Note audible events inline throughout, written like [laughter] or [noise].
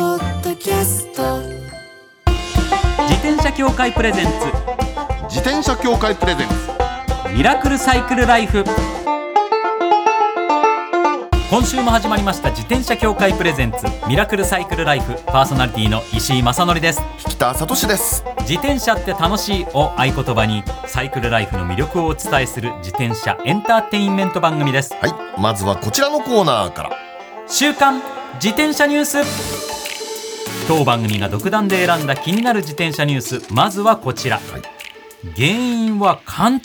キャスト自転車協会プレゼン自転車協会プレゼンツツミラクルサイクルライフ今週も始まりました自転車協会プレゼンツミラクルサイクルライフパーソナリティの石井正則です引田聡です自転車って楽しいを合言葉にサイクルライフの魅力をお伝えする自転車エンターテインメント番組ですはいまずはこちらのコーナーから週刊自転車ニュース当番組が独断で選んだ気になる自転車ニュースまずはこちら、原因は勘違い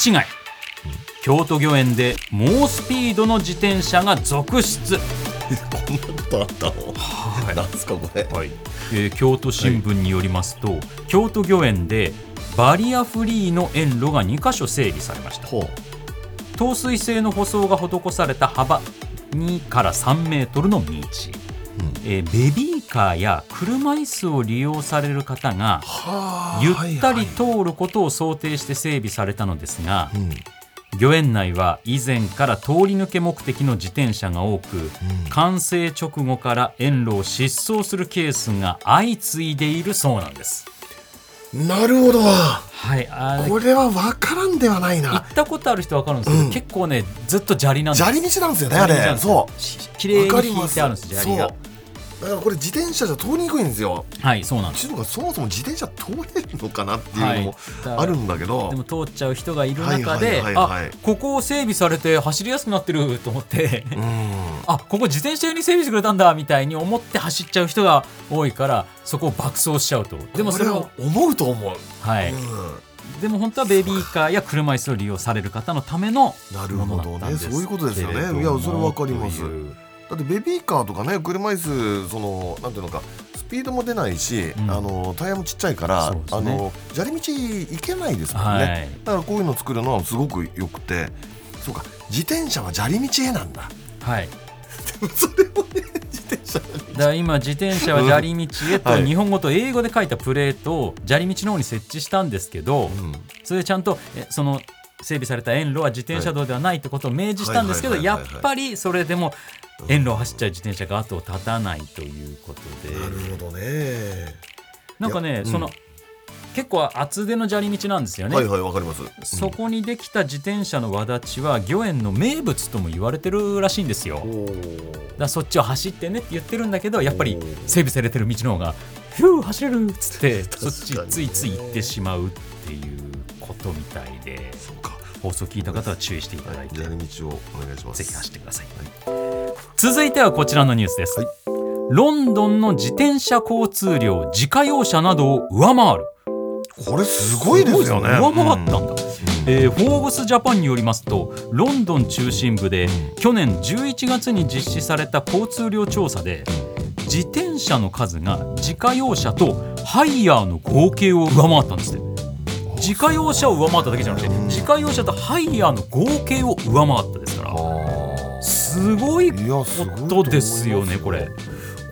京都御苑で猛スピードの自転車が続出、こんなことあったのなんすかこれえー京都新聞によりますと、京都御苑でバリアフリーの園路が2箇所整備されましたほう透水性の舗装が施された幅2から3メートルの道、えーベビーカーや車椅子を利用される方がはあゆったり通ることを想定して整備されたのですが、うん御苑内は以前から通り抜け目的の自転車が多く、完成直後から園路を疾走するケースが相次いでいるそうなんです。なるほどはい、あーこれは分からんではない行なったことある人は分かるんですけど、結構ねずっと砂利なんです砂利道なんですよねあれそうう綺麗わかりに引まいすてあるんです砂利そがうだからこれ自転車じゃ通りにくいんですよはいそうなんですちゅうのがそもそも自転車通れるのかなってはいうのいもあるんだけど、でも通っちゃう人がいる中はでいはいはいはいあここを整備されて走りやすくなってると思ってうんあここ自転車用に整備してくれたんだみたいに思って走っちゃう人が多いからそこを爆走しちゃうとでもそれをこ、は思うと思う、はいうんでも本当はベビーカーや車椅子を利用される方のためのなるもほのどだったんねですそういうことですよねけいやれそどれもわかりますというだってベビーカーとかね車椅子そのなんていうのかスピードも出ないし、んあのタイヤもちっちゃいから、そうですあねの砂利道行けないですもんね、はいだからこういうの作るのはすごくよくてそうか自転車は砂利道へなんだはいそれをね自転車だから今自転車は砂利道へはとい日本語と英語で書いたプレートを砂利道の方に設置したんですけど、うんそれでちゃんとえその整備された園路は自転車道ではないってことを明示したんですけどはいやはいはいっはいはいぱりそれでも園路を走っちゃう自転車が後を絶たないということでなるほどねなんかねうんその結構厚手の砂利道なんですよはいね。はいわかりますそこにできた自転車の輪立ちは御苑の名物とも言われてるらしいんですよ。うんおだからそっちを走ってねって言ってるんだけどやっぱりおー整備されてる道の方が「ヒュー走れる」っつってそ確っかちにねついつい行ってしまうっていうことみたいでそうか放送聞いた方は注意していただはいいて、砂利道をお願いしますぜひ走ってください、続いてはこちらのニュースです、はいロンドンの自転車交通量自家用車などを上回るこれすごいですよね上回ったんだ、うんえーフォーブスジャパンによりますとロンドン中心部で去年11月に実施された交通量調査で自転車の数が自家用車とハイヤーの合計を上回ったんですって自家用車を上回っただけじゃなくて自家用車とハイヤーの合計を上回ったですからあすごいーこいやすごいと思いとますですよねこれ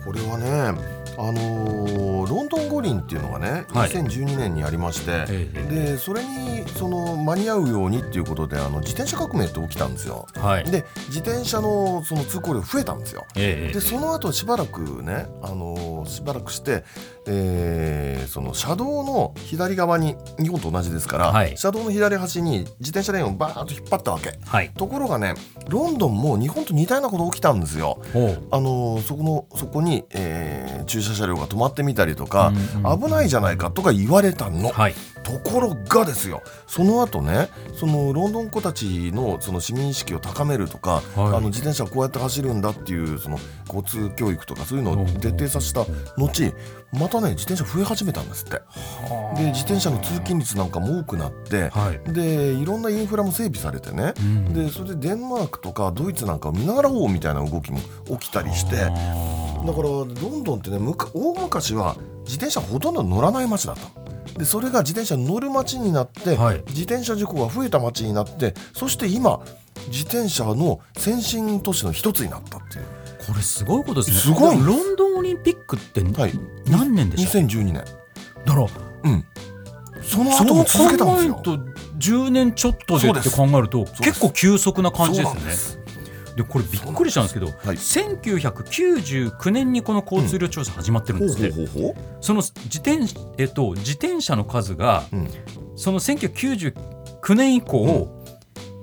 これはねあのーロンドン五輪っていうのがね、はい2012年にありまして、ええでそれにその間に合うようにっていうことであの自転車革命って起きたんですよ。はいで自転車のその通行量増えたんですよ。ええでその後しばらくね、あのーしばらくして、えーその車道の左側に日本と同じですから、はい車道の左端に自転車レーンをバーッと引っ張ったわけはいところがねロンドンも日本と似たようなこと起きたんですよ。ほうあのーそこのそこに、えー駐車車両が止まってみたりとか、うんうん危ないじゃないかとか言われたの、はいところがですよその後ねそのロンドン子たちのその市民意識を高めるとか、はいあの自転車はこうやって走るんだっていうその交通教育とかそういうのうをん徹底させた後またね自転車増え始めたんですってで自転車の通勤率なんかも多くなってはいでいろんなインフラも整備されてね、うんでそれでデンマークとかドイツなんかを見ながら王みたいな動きも起きたりしてだからあロンドンってねむか大昔は自転車ほとんど乗らない街だったでそれが自転車乗る街になって、はい自転車事故が増えた街になってそして今自転車の先進都市の一つになったっていうーこれすごいことですねすごいだからロンドンオリンピックってはい何年でした2012年だからうんそのそう後考も続けたんですえるよと10年ちょっとでそうでってす考えるとす結構急速な感じでそうなんすねでこれびっくりしたんですけど、はい1999年にこの交通量調査始まってるんほうですっほて、うほうほその自転,、えっと、自転車の数がう、うん、その1999年以降、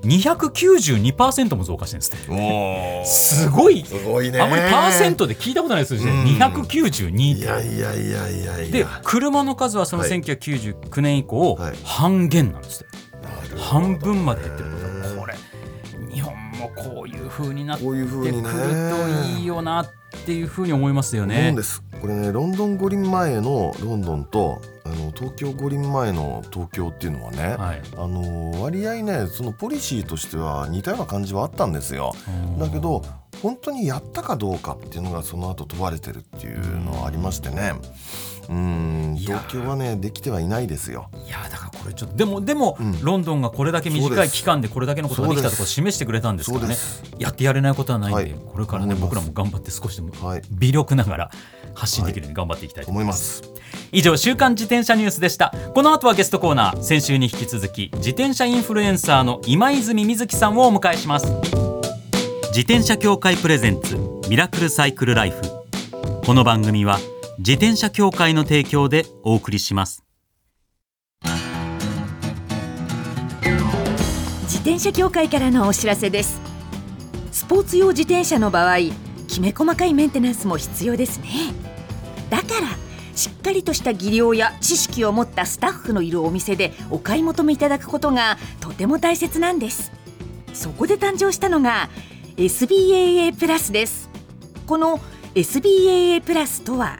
292%も増加してるんですっておーすごいすごいねあんまりパーセントで聞いたことない数字でうん292いやいやいやいやいでや車の数はそのはい1999年以降、はい半減なんですってなるほど半分まで減ってるねこれ日本もこういう風になってこくういう風るにねといいよなっていう風に思いますよ思うねんですこれねロンドン五輪前のロンドンとあの東京五輪前の東京っていうのはね、はいあの割合ねそのポリシーとしては似たような感じはあったんですよだけど本当にやったかどうかっていうのがその後問われてるっていうのはありましてねうんいや東京はねできてはいないですよいやだからこれちょっとでもでも、うんロンドンがこれだけそう短でいす期間でこれだけのことができたとこそうろをです示してくれたんですからそうねですやってやれないことはないんで、はいこれからね思います僕らも頑張って少しでもはい微力ながら発信できるように頑張っていきたいと思います思います以上週刊自転車ニュースでしたこの後はゲストコーナー先週に引き続き自転車インフルエンサーの今泉瑞希さんをお迎えします自転車協会プレゼンツミラクルサイクルライフこの番組は自転車協会の提供でお送りします自転車協会からのお知らせですスポーツ用自転車の場合きめ細かいメンテナンスも必要ですねだからしっかりとした技量や知識を持ったスタッフのいるお店でお買い求めいただくことがとても大切なんですそこで誕生したのが SBAA プラスですこの SBAA プラスとは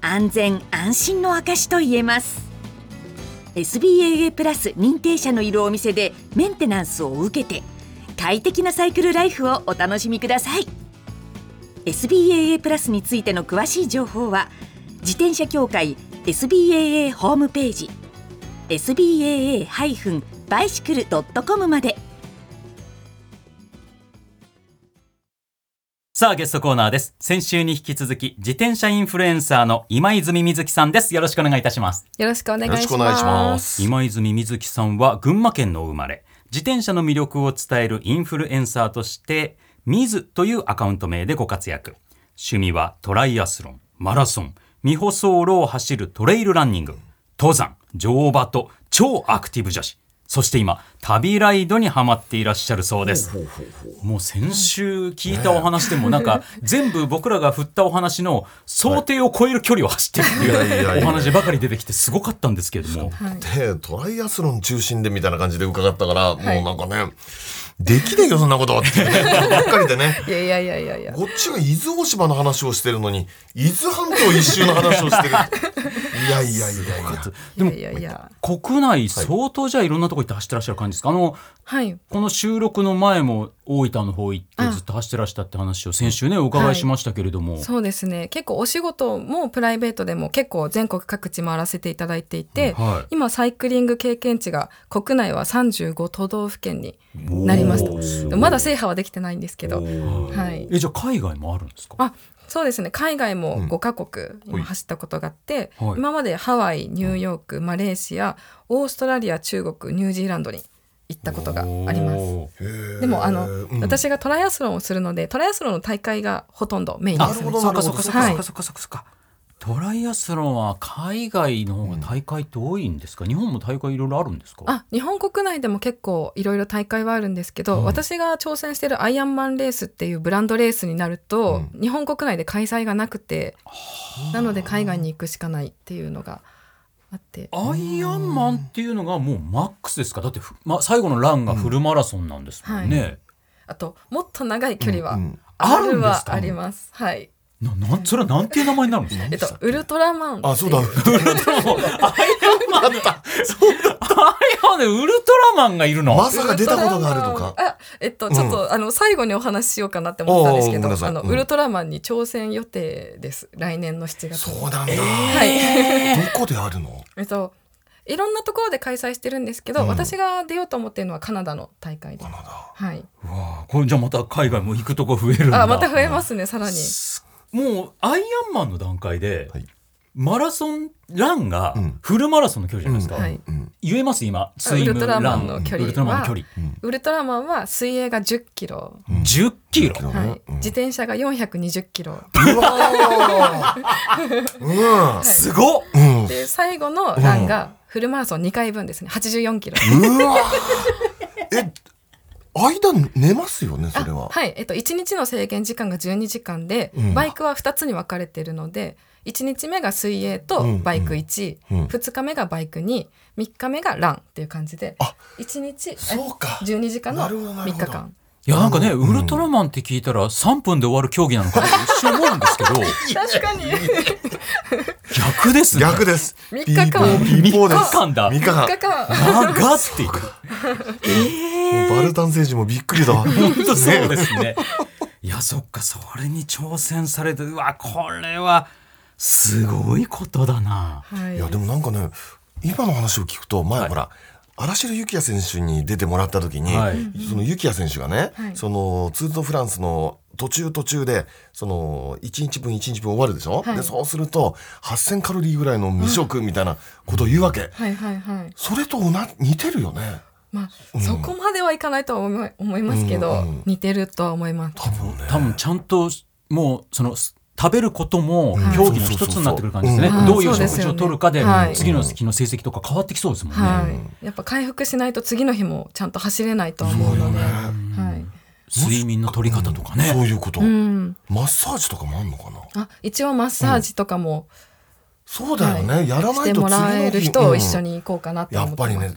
安全安心の証と言えます SBAA プラス認定者のいるお店でメンテナンスを受けて快適なサイクルライフをお楽しみください SBAA プラスについての詳しい情報は自転車協会 SBAA ホームページ SBAA-bicycle.com までさあゲストコーナーです先週に引き続き自転車インフルエンサーの今泉瑞希さんですよろしくお願いいたしますよろしくお願よろいししまくす。お願いします今泉瑞希さんは群馬県の生まれ自転車の魅力を伝えるインフルエンサーとして「ミズというアカウント名でご活躍趣味はトライアスロンマラソン未舗走路を走るトレイルランニング登山乗馬と超アクティブ女子そして今旅ライドにハマっていらっしゃるそうですもう先週聞いたお話でもなん [laughs] か全部僕らが振ったお話の想定を超える距離を走ってるっていやいやいいうやお話ばかり出てきてすごかったんですけれどもでトライアスロン中心でみたいな感じで伺ったから、もうなんかねできねえよそんなことって [laughs] いうことばっかりでねいやいやいやいやいや。こっちが伊豆大島の話をしてるのに伊豆半島一周の話をしてるいやいやいやいやでもいやいやいや。国内相当じゃあいろんなとこ行って走ってらっしゃる感じですか、あのはい。この収録の前も大分の方行ってずっと走ってらしたって話を先週ねお伺いしましたけれども、そうですね。結構お仕事もプライベートでも結構全国各地回らせていただいていて、はい今サイクリング経験値が国内は35都道府県になりまおーすしごた。いまだ制覇はできてないんですけど、はい。えじゃあ海外もあるんですかあ、そうですね。海外も5カ国ほい今走ったことがあって、はい今までハワイ、ニューヨーク、マレーシア、オーストラリア、中国、ニュージーランドに行ったことがあります。おーでもあの、うん私がトライアスロンをするのでトライアスロンの大会がほとんどメインであすなるほど。ねそうかそうかそうかはそいうかそうかそうかそうかトライアスロンは海外の方が大会って多いんですか、日本も大会いろいろあるんですかあ日本国内でも結構いろいろ大会はあるんですけど、私が挑戦してるアイアンマンレースっていうブランドレースになると、日本国内で開催がなくてなので海外に行くしかないっていうのがあってアイアンマンっていうのがもうマックスですかだってふ、ま、最後のランがフルマラソンなんですもんね、あともっと長い距離はうんうんああるんるですはかあります。はいななんそれはなんていう名前になるんですかえっと、ウルトラマンってい。あ [laughs] そうだウルトラマンアイアンマンだそうだアイアンでウルトラマンがいるの、まさか出たことがあるとか。あ、えっと、んちょっと、あの、最後にお話ししようかなって思ったんですけおーごめんど、なさいあの、うんウルトラマンに挑戦予定です。来年の7月。そうなんだ、はい。どこであるのえっと、いろんなところで開催してるんですけど、うん私が出ようと思ってるのはカナダの大会でカす。ナダはい。うわあこれじゃあまた海外も行くとこ増えるんだあ、また増えますね、さらに。もうアイアンマンの段階で、はいマラソンランがうんフルマラソンの距離じゃないですか、うはい。うん言えます今スイムウルトラマランンの距離ウはルトラマンの距離ウルトラマンは水泳が10キロ、うん10キロキロはねい、自転車が420キロ、うわー [laughs] うんすごっうんで最後のランがフルマラソン2回分ですね84キロうわーえ間寝ますよねそれは、はい、えっと、1日の制限時間が12時間で、うんバイクは2つに分かれているので1日目が水泳うとんバイク1、うん2日目がバイク23日目がランっていう感じであ1日えそうか12時間のなるほど3なる日ほど間いやなんかね、うんウルトラマンって聞いたら3分で終わる競技なのかって一瞬思うんですけど確かに逆ですね逆です三日間ピーポーピーポーで三日す間だ三日3間日間長っていくもうバルタン選手もびっくりだ本当 [laughs] そうですね。 [laughs] いやそっかそれに挑戦されてうわこれはすごいことだな。はいいやでもなんかね今の話を聞くと前、はいほら荒城幸也選手に出てもらった時に、はいその幸也選手がね、はいそのツール・ド・フランスの途中途中でその1日分1日分終わるでしょ、はいでそうすると8,000カロリーぐらいの無食みたいなことを言うわけ、はいはいはいそれと同じ似てるよねまうあんそこまではいかないとは思い思いますけど、うんうん似てるとは思います多分ね多分ちゃんともうそのす食べることもうん競技の一つになってくる感じですねそうそう。そうどういううん食事を取るかでそうですよね次の日の成績とか変わってきそうですもんね。はい、やっぱ回復しないと次の日もちゃんと走れないとは思うので、はい、睡眠の取り方とかね。そういうこと、うん、マッサージとかもあんのかなあ一応マッサージとかも、そうだよね、はいやらないとし次てのもらえる人うをん一緒に行こうかなとや思っってぱます、りね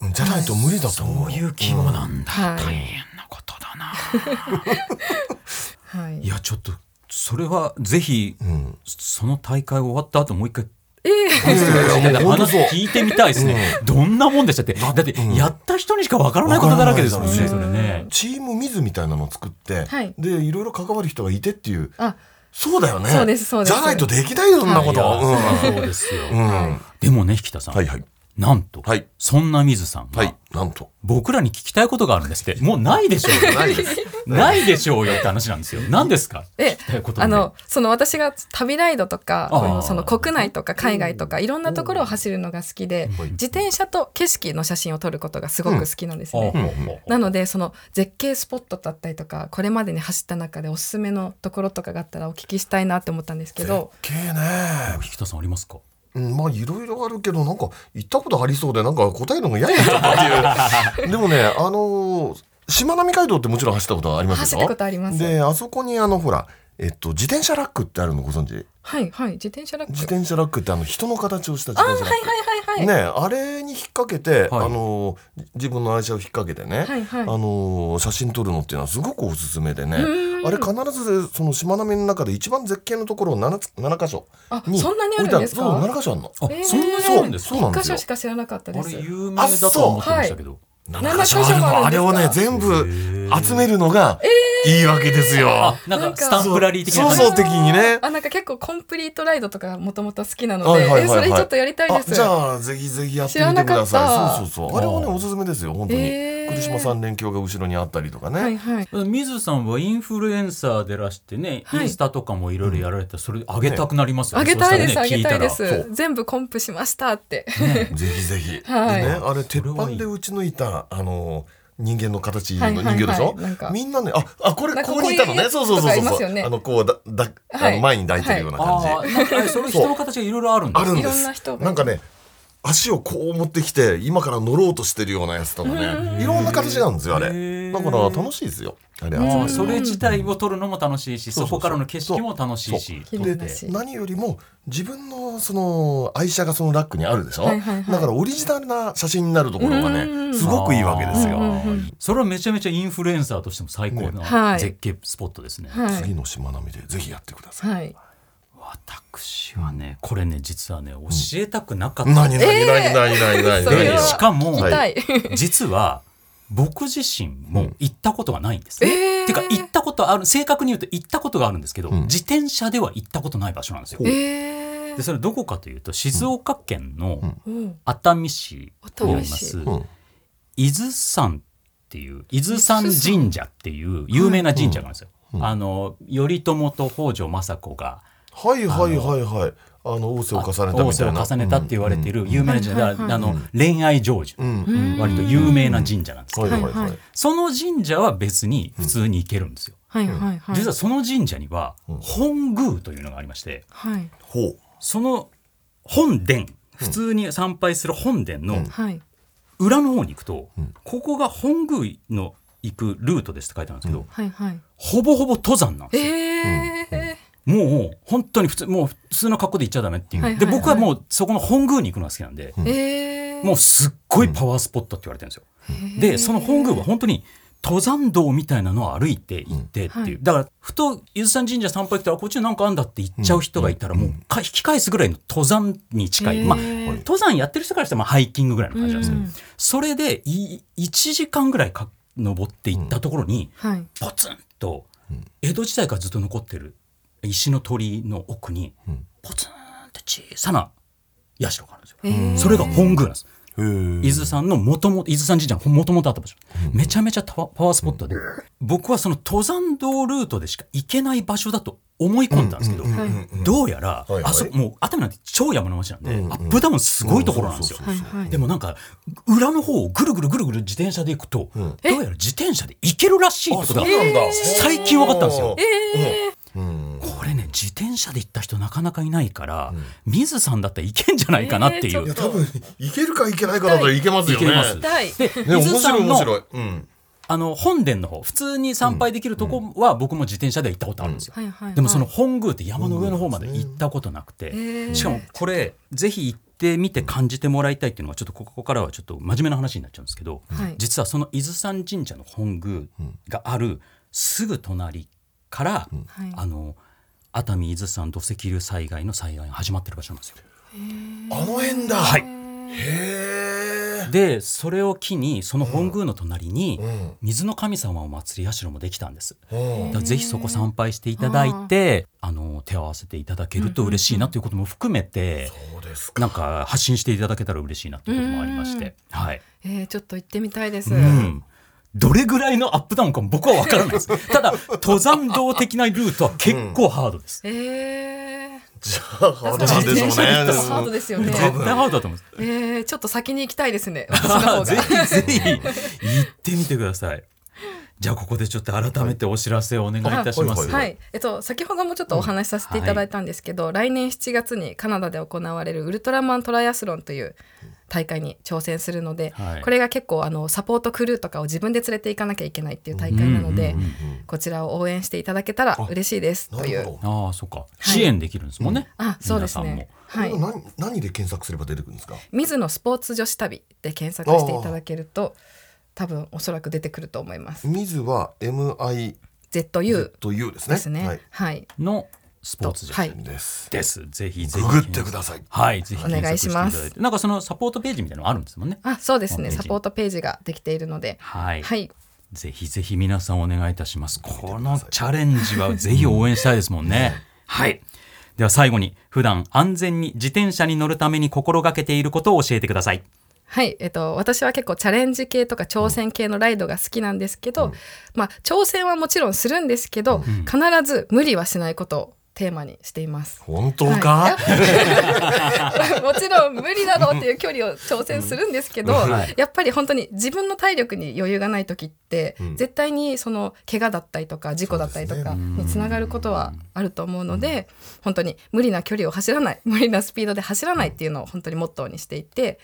うんじゃないと無理だと思う、そういう規模なんだ。はい大変なことだな。はいいやちょっとそれはぜひうんその大会終わった後もう一回ええいやいやいやもう本当話そう聞いてみたいですね、どんなもんでしたってだってうんやった人にしかわからないことだらけですもんねわそれねチーム水みたいなのを作って、はいでいろいろ関わる人がいてっていうあそうだよねそうですそうですじゃないとできないよそんなこと、いやそうですよ、うん、うんはでもね引田さん、いはいなんと、はいそんな水さんが、はいなんと僕らに聞きたいことがあるんですってもうないでしょうよないです [laughs] ないでしょうよって話なんですよ何ですかえきたいことあねのその私が旅ライドとかあーこういうその国内とか海外とかいろんなところを走るのが好きではい自転車と景色の写真を撮ることがすごく好きなんですあね。ほうほうなのでその絶景スポットだったりとかこれまでに走った中でおすすめのところとかがあったらお聞きしたいなって思ったんですけど絶景ね引田さんありますかうんまあいろいろあるけどなんか行ったことありそうでなんか答えるのが嫌になっちゃったっていうでもねあのーしまなみ海道ってもちろん走ったことはあります走よったことありますであそこにあのほらえっと自転車ラックってあるのご存知はいはい自転車ラック自転車ラックってあの人の形をしたあ自ーはい転車はラックいはいはい、ねあれに引っ掛けて、はいあのー自分の愛車を引っ掛けてね、はいはいあのー写真撮るのっていうのはすごくおすすめでねうんあれ必ずそのしまなみの中で一番絶景のところを 7, つ7箇所あにそんなに置あいるてんですそうか7箇所あるのあ、えーそんなにあるんですそうかなんで一箇すよ所しか知らなかったあですれ有名だとは思ってましたけど7箇所もあるんですのかあれをね全部集めるのがいいわけですよ、あなんなんかかスタンプラリー的な感じそうそう的にねあなんか結構コンプリートライドとかもともと好きなので、はいはいはいはいえそれちょっとやりたいであすじゃあぜひぜひやってみてくだ知らなかっさいたそうそうそうあれはねあーおすすめですよ本当に、へー栗島三連鏡が後ろにあったりとかね、はいはい水さんはインフルエンサーでらしてね、はいインスタとかもいろいろやられてそれ上げたくなりますよあね。げたいです、そうあしたらねげたいで聞いたらすそ全部コンプしましたって、ぜひぜひ。はいでね、あれ鉄それ板はいいで打ち抜いた、あの、人間の形はのい人はいは形いでしょなんかみんなね、あ、あ、これなんかここにいたのね。こういそううそうそうとかいまそすよう。ねあの、こう、だ、だ、あはの、い前に抱いてるような感聞いじ。たらあーなんかあれその人の形がいろいろあるんだ。あるんでいろんすな人。がなんかね、足をこう持ってきて今から乗ろうとしてるようなやつとかねいろんな形なんですよあへれーだから楽しいですよあれ集あめーるそれ自体を撮るのも楽しいしそうそそうそうこからの景色も楽しいしそう撮っ綺麗だてし何よりも自分のその愛車がそのラックにあるでしょ、はいはいはいだからオリジナルな写真になるところがうんうんうねんすごくいいわけですよ、うんうんそれはめちゃめちゃインフルエンサーとしても最高ねはない絶景スポットですね。はい次のしまなみでぜひやってください、はい私はねこれね実はね教えたくなかった、何何何何何何そ何でれはしかも、聞きたい、 [laughs] 実は僕自身も行ったことがないんです、ねえーてか行ったことある正確に言うと行ったことがあるんですけど、うん自転車では行ったことない場所なんですよ。ほうえでーそれどこかというと静岡県のうんうん熱海市にありま熱す、海うん伊豆山っていう伊豆山神社っていう有名な神社があるんですよ。うんうんあの頼朝と北条政子がはいはいはいはいあの仰せを重ねた仰みせたをいな重ねたって言われている有名な神社、はいはいはいあの恋愛成就、うんうん、うん割と有名な神社なんですけど、はいはいはい、はいはいその神社は別に普通に行けるんですよ。はいはいはい実はその神社にはうん本宮というのがありましてはいほうその本殿普通に参拝する本殿うのんはい裏の方に行くと、うんここが本宮の行くルートですって書いてあるんですけど、うんはいはいほぼほぼ登山なんですよ。ええもう本当に普通もう普通の格好で行っちゃダメっていう、はいはいではい僕はもうそこの本宮に行くのが好きなんで、うんえーもうすっごいパワースポットって言われてるんですよ。でその本宮は本当に登山道みたいなのを歩いて行ってっていう、うんはいだからふと伊豆山神社参拝来たらこっちになんかあんだって言っちゃう人がいたらうんもうか引き返すぐらいの登山に近い、えーまあ登山やってる人からしたらまあハイキングぐらいの感じなんですけど、うんそれでい1時間ぐらいか登っていったところにはいポツンとうん江戸時代からずっと残ってる石の鳥居の奥にうんポツンって小さな社があるんですよ。えーそれが本宮なんです。へー伊豆山のもともと伊豆山神社のもともとあった場所、めちゃめちゃタワパワースポットで、僕はその登山道ルートでしか行けない場所だと思い込んだんですけど、うんうんうんうんどうやら、いはいあそもう熱海なんて超山の町なんで、うんうんアップダウンすごいところなんですよ、うんはいはいでもなんか裏の方をぐるぐるぐるぐる自転車で行くと、うんどうやら自転車で行けるらしいってことが、んだ最近わかったんですよええうんこれね自転車で行った人なかなかいないから、水さんだったらいけんじゃないかなっていう、いや多分いけるかいけないかだったらいけますよねいけます痛いで伊ね面豆白山い面の白い、うん、あの本殿の方普通に参拝できるとこは僕も自転車では行ったことあるんですよ、はいはいはいでもその本宮って山の上の方まで行ったことなくて、へえしかもこれぜひ行ってみて感じてもらいたいっていうのがちょっとここからはちょっと真面目な話になっちゃうんですけど、はい実はその伊豆山神社の本宮があるすぐ隣から、はいあの熱海伊豆山土石流災害の災害が始まってる場所なんですよ。あの辺だはいへえでそれを機にその本宮の隣にうん水の神様を祀り社もできたんです。うんだからぜひそこ参拝していただいて、あの手を合わせていただけると嬉しいなということも含めて、そうです [laughs] なんか発信していただけたら嬉しいなということもありまして、はい。えーちょっと行ってみたいですうん。どれぐらいのアップダウンかも僕は分からないです。 [laughs] ただ登山道的なルートは結構ハードです。ええじゃあハードなんでしょうね自転車で行ったらハードですよね絶対ハードだと思うんです。えーちょっと先に行きたいですね私の方がぜひ [laughs] ぜひ行ってみてください。じゃあここでちょっと改めてお知らせをお願いいたします。ははい、えっと、先ほどもちょっとお話しさせていただいたんですけど、来年7月にカナダで行われるウルトラマントライアスロンという大会に挑戦するので、はいこれが結構あのサポートクルーとかを自分で連れて行かなきゃいけないっていう大会なので、うんうんうんこちらを応援していただけたら嬉しいですなといるうほああ、そっか。支援できるんですもんね。あそうです皆さんもね。ど、はいこれは何何で検索すれば出てくるんですか水野スポーツ女子旅で検索していただけると多分おそらく出てくると思います。水は MI ZU というですねですね。はいはい、のスポーツ女子はいですです。ぜひぜひ。ググってくださいはい、ぜひお願いし検索てますいただいてなんかそのサポートページみたいなのあるんですもんね。あ、そうですホームペーね。ジサポートページができているので、はい、はい、ぜひぜひ皆さんお願いいたします。このチャレンジはぜひ応援したいですもんね。はい。では最後に普段安全に自転車に乗るために心がけていることを教えてください。はい、えっと、私は結構チャレンジ系とか挑戦系のライドが好きなんですけど、まあ、挑戦はもちろんするんですけど、必ず無理はしないことをテーマにしています。本当はい [laughs] もちろんそう無理だろうっていう距離を挑戦するんですけど、はいやっぱり本当に自分の体力に余裕がない時って、うん絶対にその怪我だったりとか事故だったりとそうでかすにつながることはあると思うので、本当に無理な距離を走らない [laughs] 無理なスピードで走らないっていうのを本当にモットーにしていて、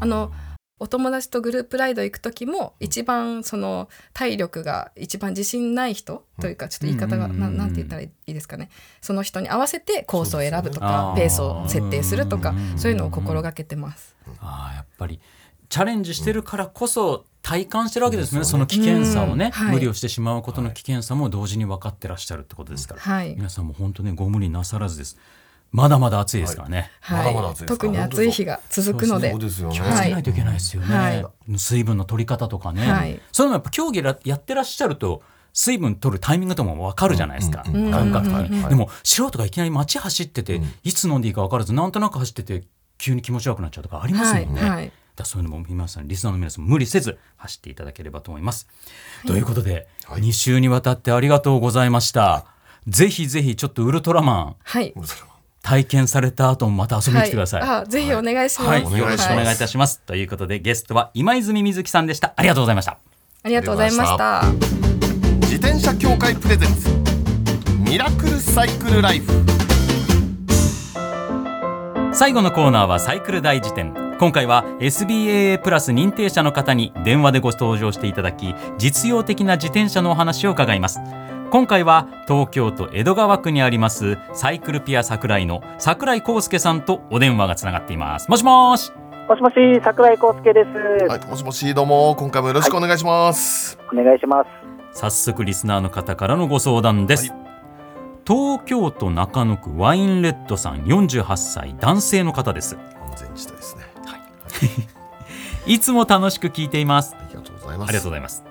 あのお友達とグループライド行く時も一番その体力が一番自信ない人というかちょっと言い方が、うんなうんなんて言ったらいいですかねその人に合わせてコースを選ぶとそか、うペでーすスねを設定するとあかーそういうのを心がけてます。あーやっぱりチャレンジしてるからこそ体感してるわけですね、その危険さをね、うんはい無理をしてしまうことの危険さも同時に分かってらっしゃるってことですから、はい皆さんも本当ねご無理なさらずですまだまだ暑いですからね、はまだまだ暑いですか特に暑い日が続くのでそうですよ気ね。をつけないといけないですよね、はい水分の取り方とかね、はいそういうのもやっぱ競技らやってらっしゃると水分取るタイミングとかも分かるじゃないですか、うんうんうん感覚的はいはいに、はいでも素人がいきなり街走ってて、うんいつ飲んでいいか分からずなんとなく走ってて急に気持ち悪くなっちゃうとかありますもはんねい、、はい、だからそういうのも皆さんリスナーの皆さんも無理せず走っていただければと思います。ということで、はい2週にわたってありがとうございました。ぜひぜひちょっとウルトラマンはい、体験された後もまた遊びに来てください。あ、ぜひお願いします。はい、およろ願いししくおます願いいたします。ということでゲストは今泉瑞希さんでした。ありがとうございました。ありがとうございました。自転車協会プレゼンツミラクルサイクルライフ最後のコーナーはサイクル大辞典今回は SBAA プラス認定者の方に電話でご登場していただき実用的な自転車のお話を伺います今回は東京都江戸川区にありますサイクルピア桜井の桜井康介さんとお電話がつながっていますもしもーしもしもし、桜井康介です。はいもしもしどうも今回もよろしくお願いします、お願いします。早速リスナーの方からのご相談です、東京都中野区ワインレッドさん48歳男性の方です安全地帯ですねいつも楽しく聞いていますありがとうございますありがとうございます。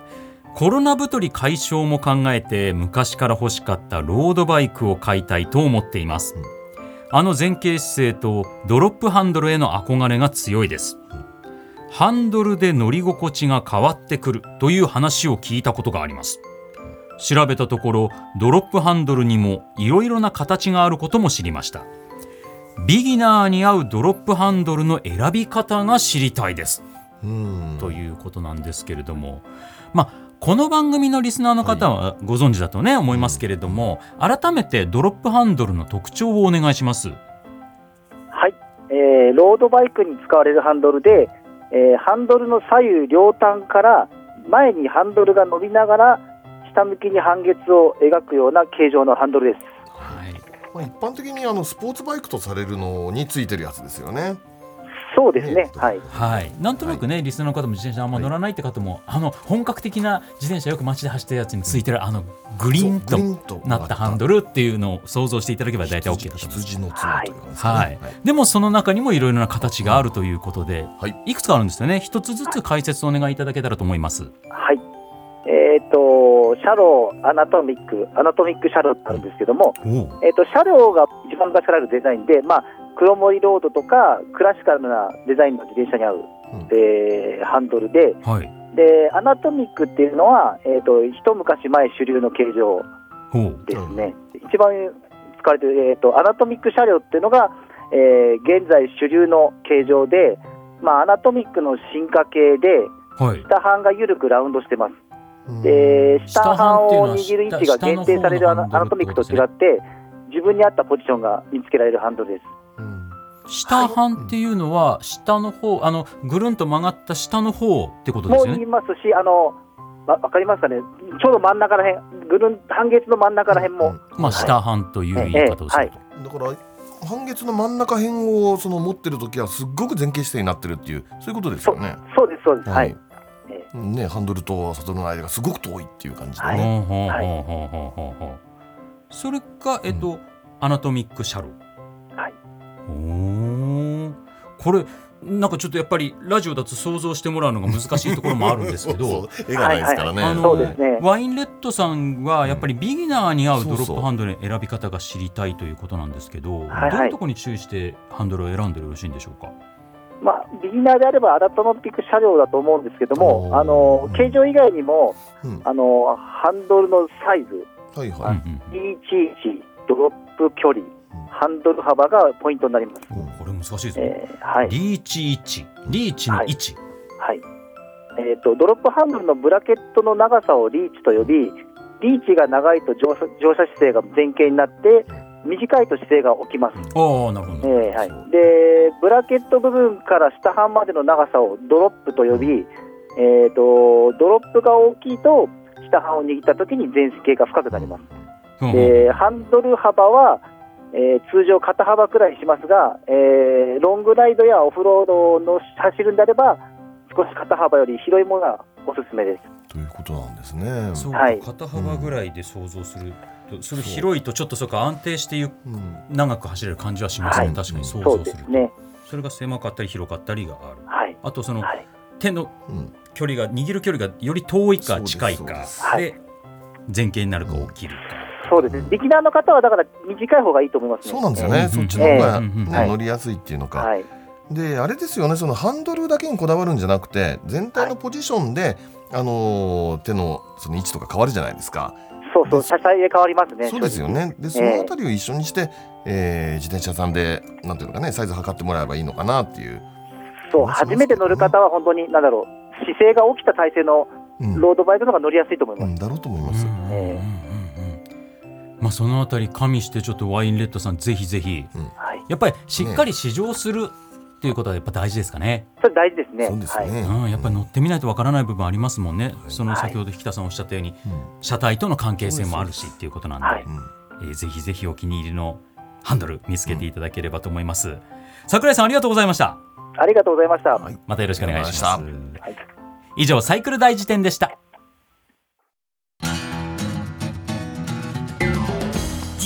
コロナ太り解消も考えて昔から欲しかったロードバイクを買いたいと思っています、うんあの前傾姿勢とドロップハンドルへの憧れが強いです、ハンドルで乗り心地が変わってくるという話を聞いたことがあります調べたところドロップハンドルにもいろいろな形があることも知りましたビギナーに合うドロップハンドルの選び方が知りたいですうんということなんですけれども、まあ、この番組のリスナーの方はご存知だとね、思いますけれども改めてドロップハンドルの特徴をお願いします。はい、えーロードバイクに使われるハンドルで、えーハンドルの左右両端から前にハンドルが伸びながら下向きに半月を描くような形状のハンドルです。はい、まあ、一般的にあのスポーツバイクとされるのについてるやつですよねそうですね。えはい。はい、なんとなくね、リスナーの方も自転車あんま乗らないって方も、あの本格的な自転車よく街で走ってるやつについてるあのグリーンそうグリーンととなったハンドルっていうのを想像していただければ大体 OK だと思います。羊の角というかですねはい、でもその中にもいろいろな形があるということで、はいいくつかあるんですよね一つずつ解説をお願いいただけたらと思いますはい。えっ、と、シャローアナトミック、アナトミックシャローってあるんですけども、えっ、と、シャローが一番昔からあるデザインで、まあ、黒森ロードとかクラシカルなデザインの自転車に合う、うんえーハンドルで、はいでアナトミックっていうのは、えー、と一昔前主流の形状ほうですね、一番使われてる、えー、とアナトミック車両っていうのが、えー現在主流の形状で、まあ、アナトミックの進化系ではい下半が緩くラウンドしてますうんで下下半半っていうのをは握る位置が限定されるアナ下の方のアナトミックと違って自分に合ったポジションが見つけられるハンドルですうん下半っていうのは下の方、あのぐるんと曲がった下の方ってことでもすうよ言ね。いますし、あの、わ、わかりますかね。ちょうど真ん中らへん、ぐるん、半月の真ん中らへんも。まあ下半という言い方をすると。だから半月の真ん中辺をその持ってる時はすっごく前傾姿勢になってるっていうそういうことですよねそうです、そうです。はい。えねハンドルとサドルの間がすごく遠いっていう感じではいね、ほうほうほうほうほうほうほうそれかえっと、アナトミックシャロー。はい。おお。これなんかちょっとやっぱりラジオだと想像してもらうのが難しいところもあるんです [laughs] け [laughs] そうど。そう絵がないですからね、あのそうですねワインレッドさんはやっぱりビギナーに合うドロッそうプそうハンドルの選び方が知りたいということなんですけど、はいはいどういうところに注意してハンドルを選んでよろしいんでしょうか。まあ、ビギナーであれば、アダトノピック車両だと思うんですけどもお、ーあの、形状以外にも、うんあの、ハンドルのサイズ、はいうんうはんうんリーチ位置、ドロップ距離、ハンドル幅がポイントになります。い、うんこれ難難しいぞ、えーはいリーチ1リーチの1、はいえー、とドロップハンドルのブラケットの長さをリーチと呼びリーチが長いと乗車乗車姿勢が前傾になって短いと姿勢が起きます、ああなるほえど、ーはい、でブラケット部分から下半までの長さをドロップと呼び、えー、とドロップが大きいと下半を握った時に前傾が深くなりますうんうんえーハンドル幅は、えー通常肩幅くらいしますが、えーロングライドやオフロードの走るんであれば少し肩幅より広いものがおすすめですということなんですね。そうはかい肩幅ぐらいで想像すると、それ広いとちょっとそうか安定してゆうん長く走れる感じはしますね、はい確かに想そう像でるすすとねそれが狭かったり広かったりがあるはいあとその、はい手のうん距離が握る距離がより遠いか近いそうでかすそうでで前傾になるか起きるか、そうですねビギナーの方はだから短い方がいいと思いますねそうなんですよえね、えそっちの方が、ええねはい乗りやすいっていうのか、はいであれですよねそのハンドルだけにこだわるんじゃなくて全体のポジションで、あのー手のその位置とか変わるじゃないですか、そうそうで車載で変わりますねそうですよねでそのあたりを一緒にして、えー自転車さんでなんていうのかねサイズ測ってもらえばいいのかなっていう、そう初めて乗る方は本当になんだろう姿勢が起きた体勢のうんロードバイクの方が乗りやすいと思います、うんだろうと思いうんまうんす、うんうんうんまあ、そのあたり加味してちょっとワインレッドさんぜひぜひはいやっぱりしっかり試乗するっていうことはやっぱ大事ですかね、それ大事ですねそうですね、はいうん、やっぱり乗ってみないとわからない部分ありますもんね、はいその先ほど引田さんおっしゃったようにうん車体との関係性もあるしっていうことなんで、はいうんえーぜひぜひお気に入りのハンドル見つけていただければと思います、桜井さんありがとうございましたありがとうございました、はいまたよろしくお願いしまわかすりはい以上サイクル大辞典でした自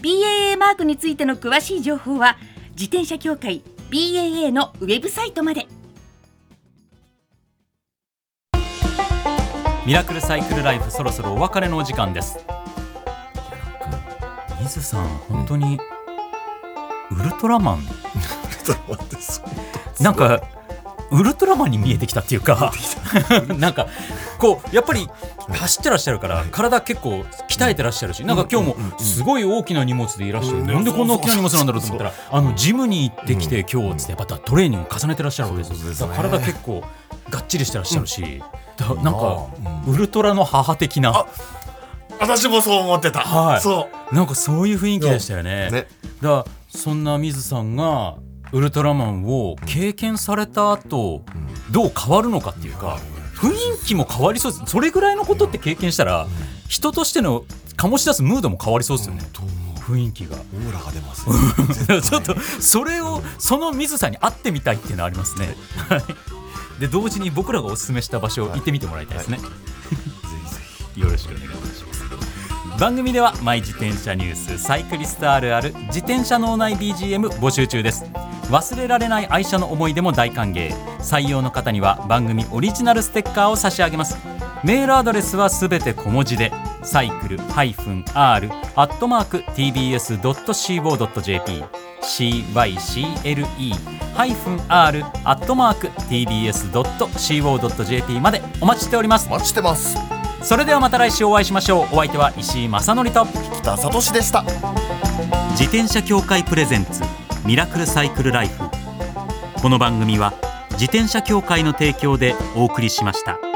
BAA マークについての詳しい情報は自転車協会 BAA のウェブサイトまでミラクルサイクルライフそろそろお別れのお時間です水さん本当にウルトラマンなんかウルトラマンに見えてきたっていうか [laughs] なんかこうやっぱり走ってらっしゃるから体結構鍛えてらっしゃるしなんか今日うんうんうんうもんすごい大きな荷物でいらっしゃるうんなんでこんな大きな荷物なんだろうと思ったらあのジムに行ってきて今日つってやっぱトレーニングを重ねてらっしゃるわけでそうですすねよだから体結構がっちりしてらっしゃるしだなんかあうんウルトラの母的なあ私もそう思ってた、はいそなんかそういう雰囲気でしたよね。うねだからそんな水さんがウルトラマンを経験された後、どう変わるのかっていうか、雰囲気も変わりそうですそれぐらいのことって経験したら、人としての醸し出すムードも変わりそうですよね、と思雰囲気がうオーラが出ま [laughs] す、ちょっとそれをその水さんに会ってみたいっていうのはありますね、はいで同時に僕らがおすすめした場所行ってみてもらいたいですね、よろしくお願いします番組ではマイ自転車ニュースサイクリストあるある自転車脳内 BGM 募集中です忘れられない愛車の思い出も大歓迎採用の方には番組オリジナルステッカーを差し上げますメールアドレスはすべて小文字でサイクル -r-tbs.co.jp cycle-r-tbs.co.jp までお待ちしておりますお待ちしてますそれではまた来週お会いしましょうお相手は石井正則と北里志でした自転車協会プレゼンツミラクルサイクルライフこの番組は自転車協会の提供でお送りしました。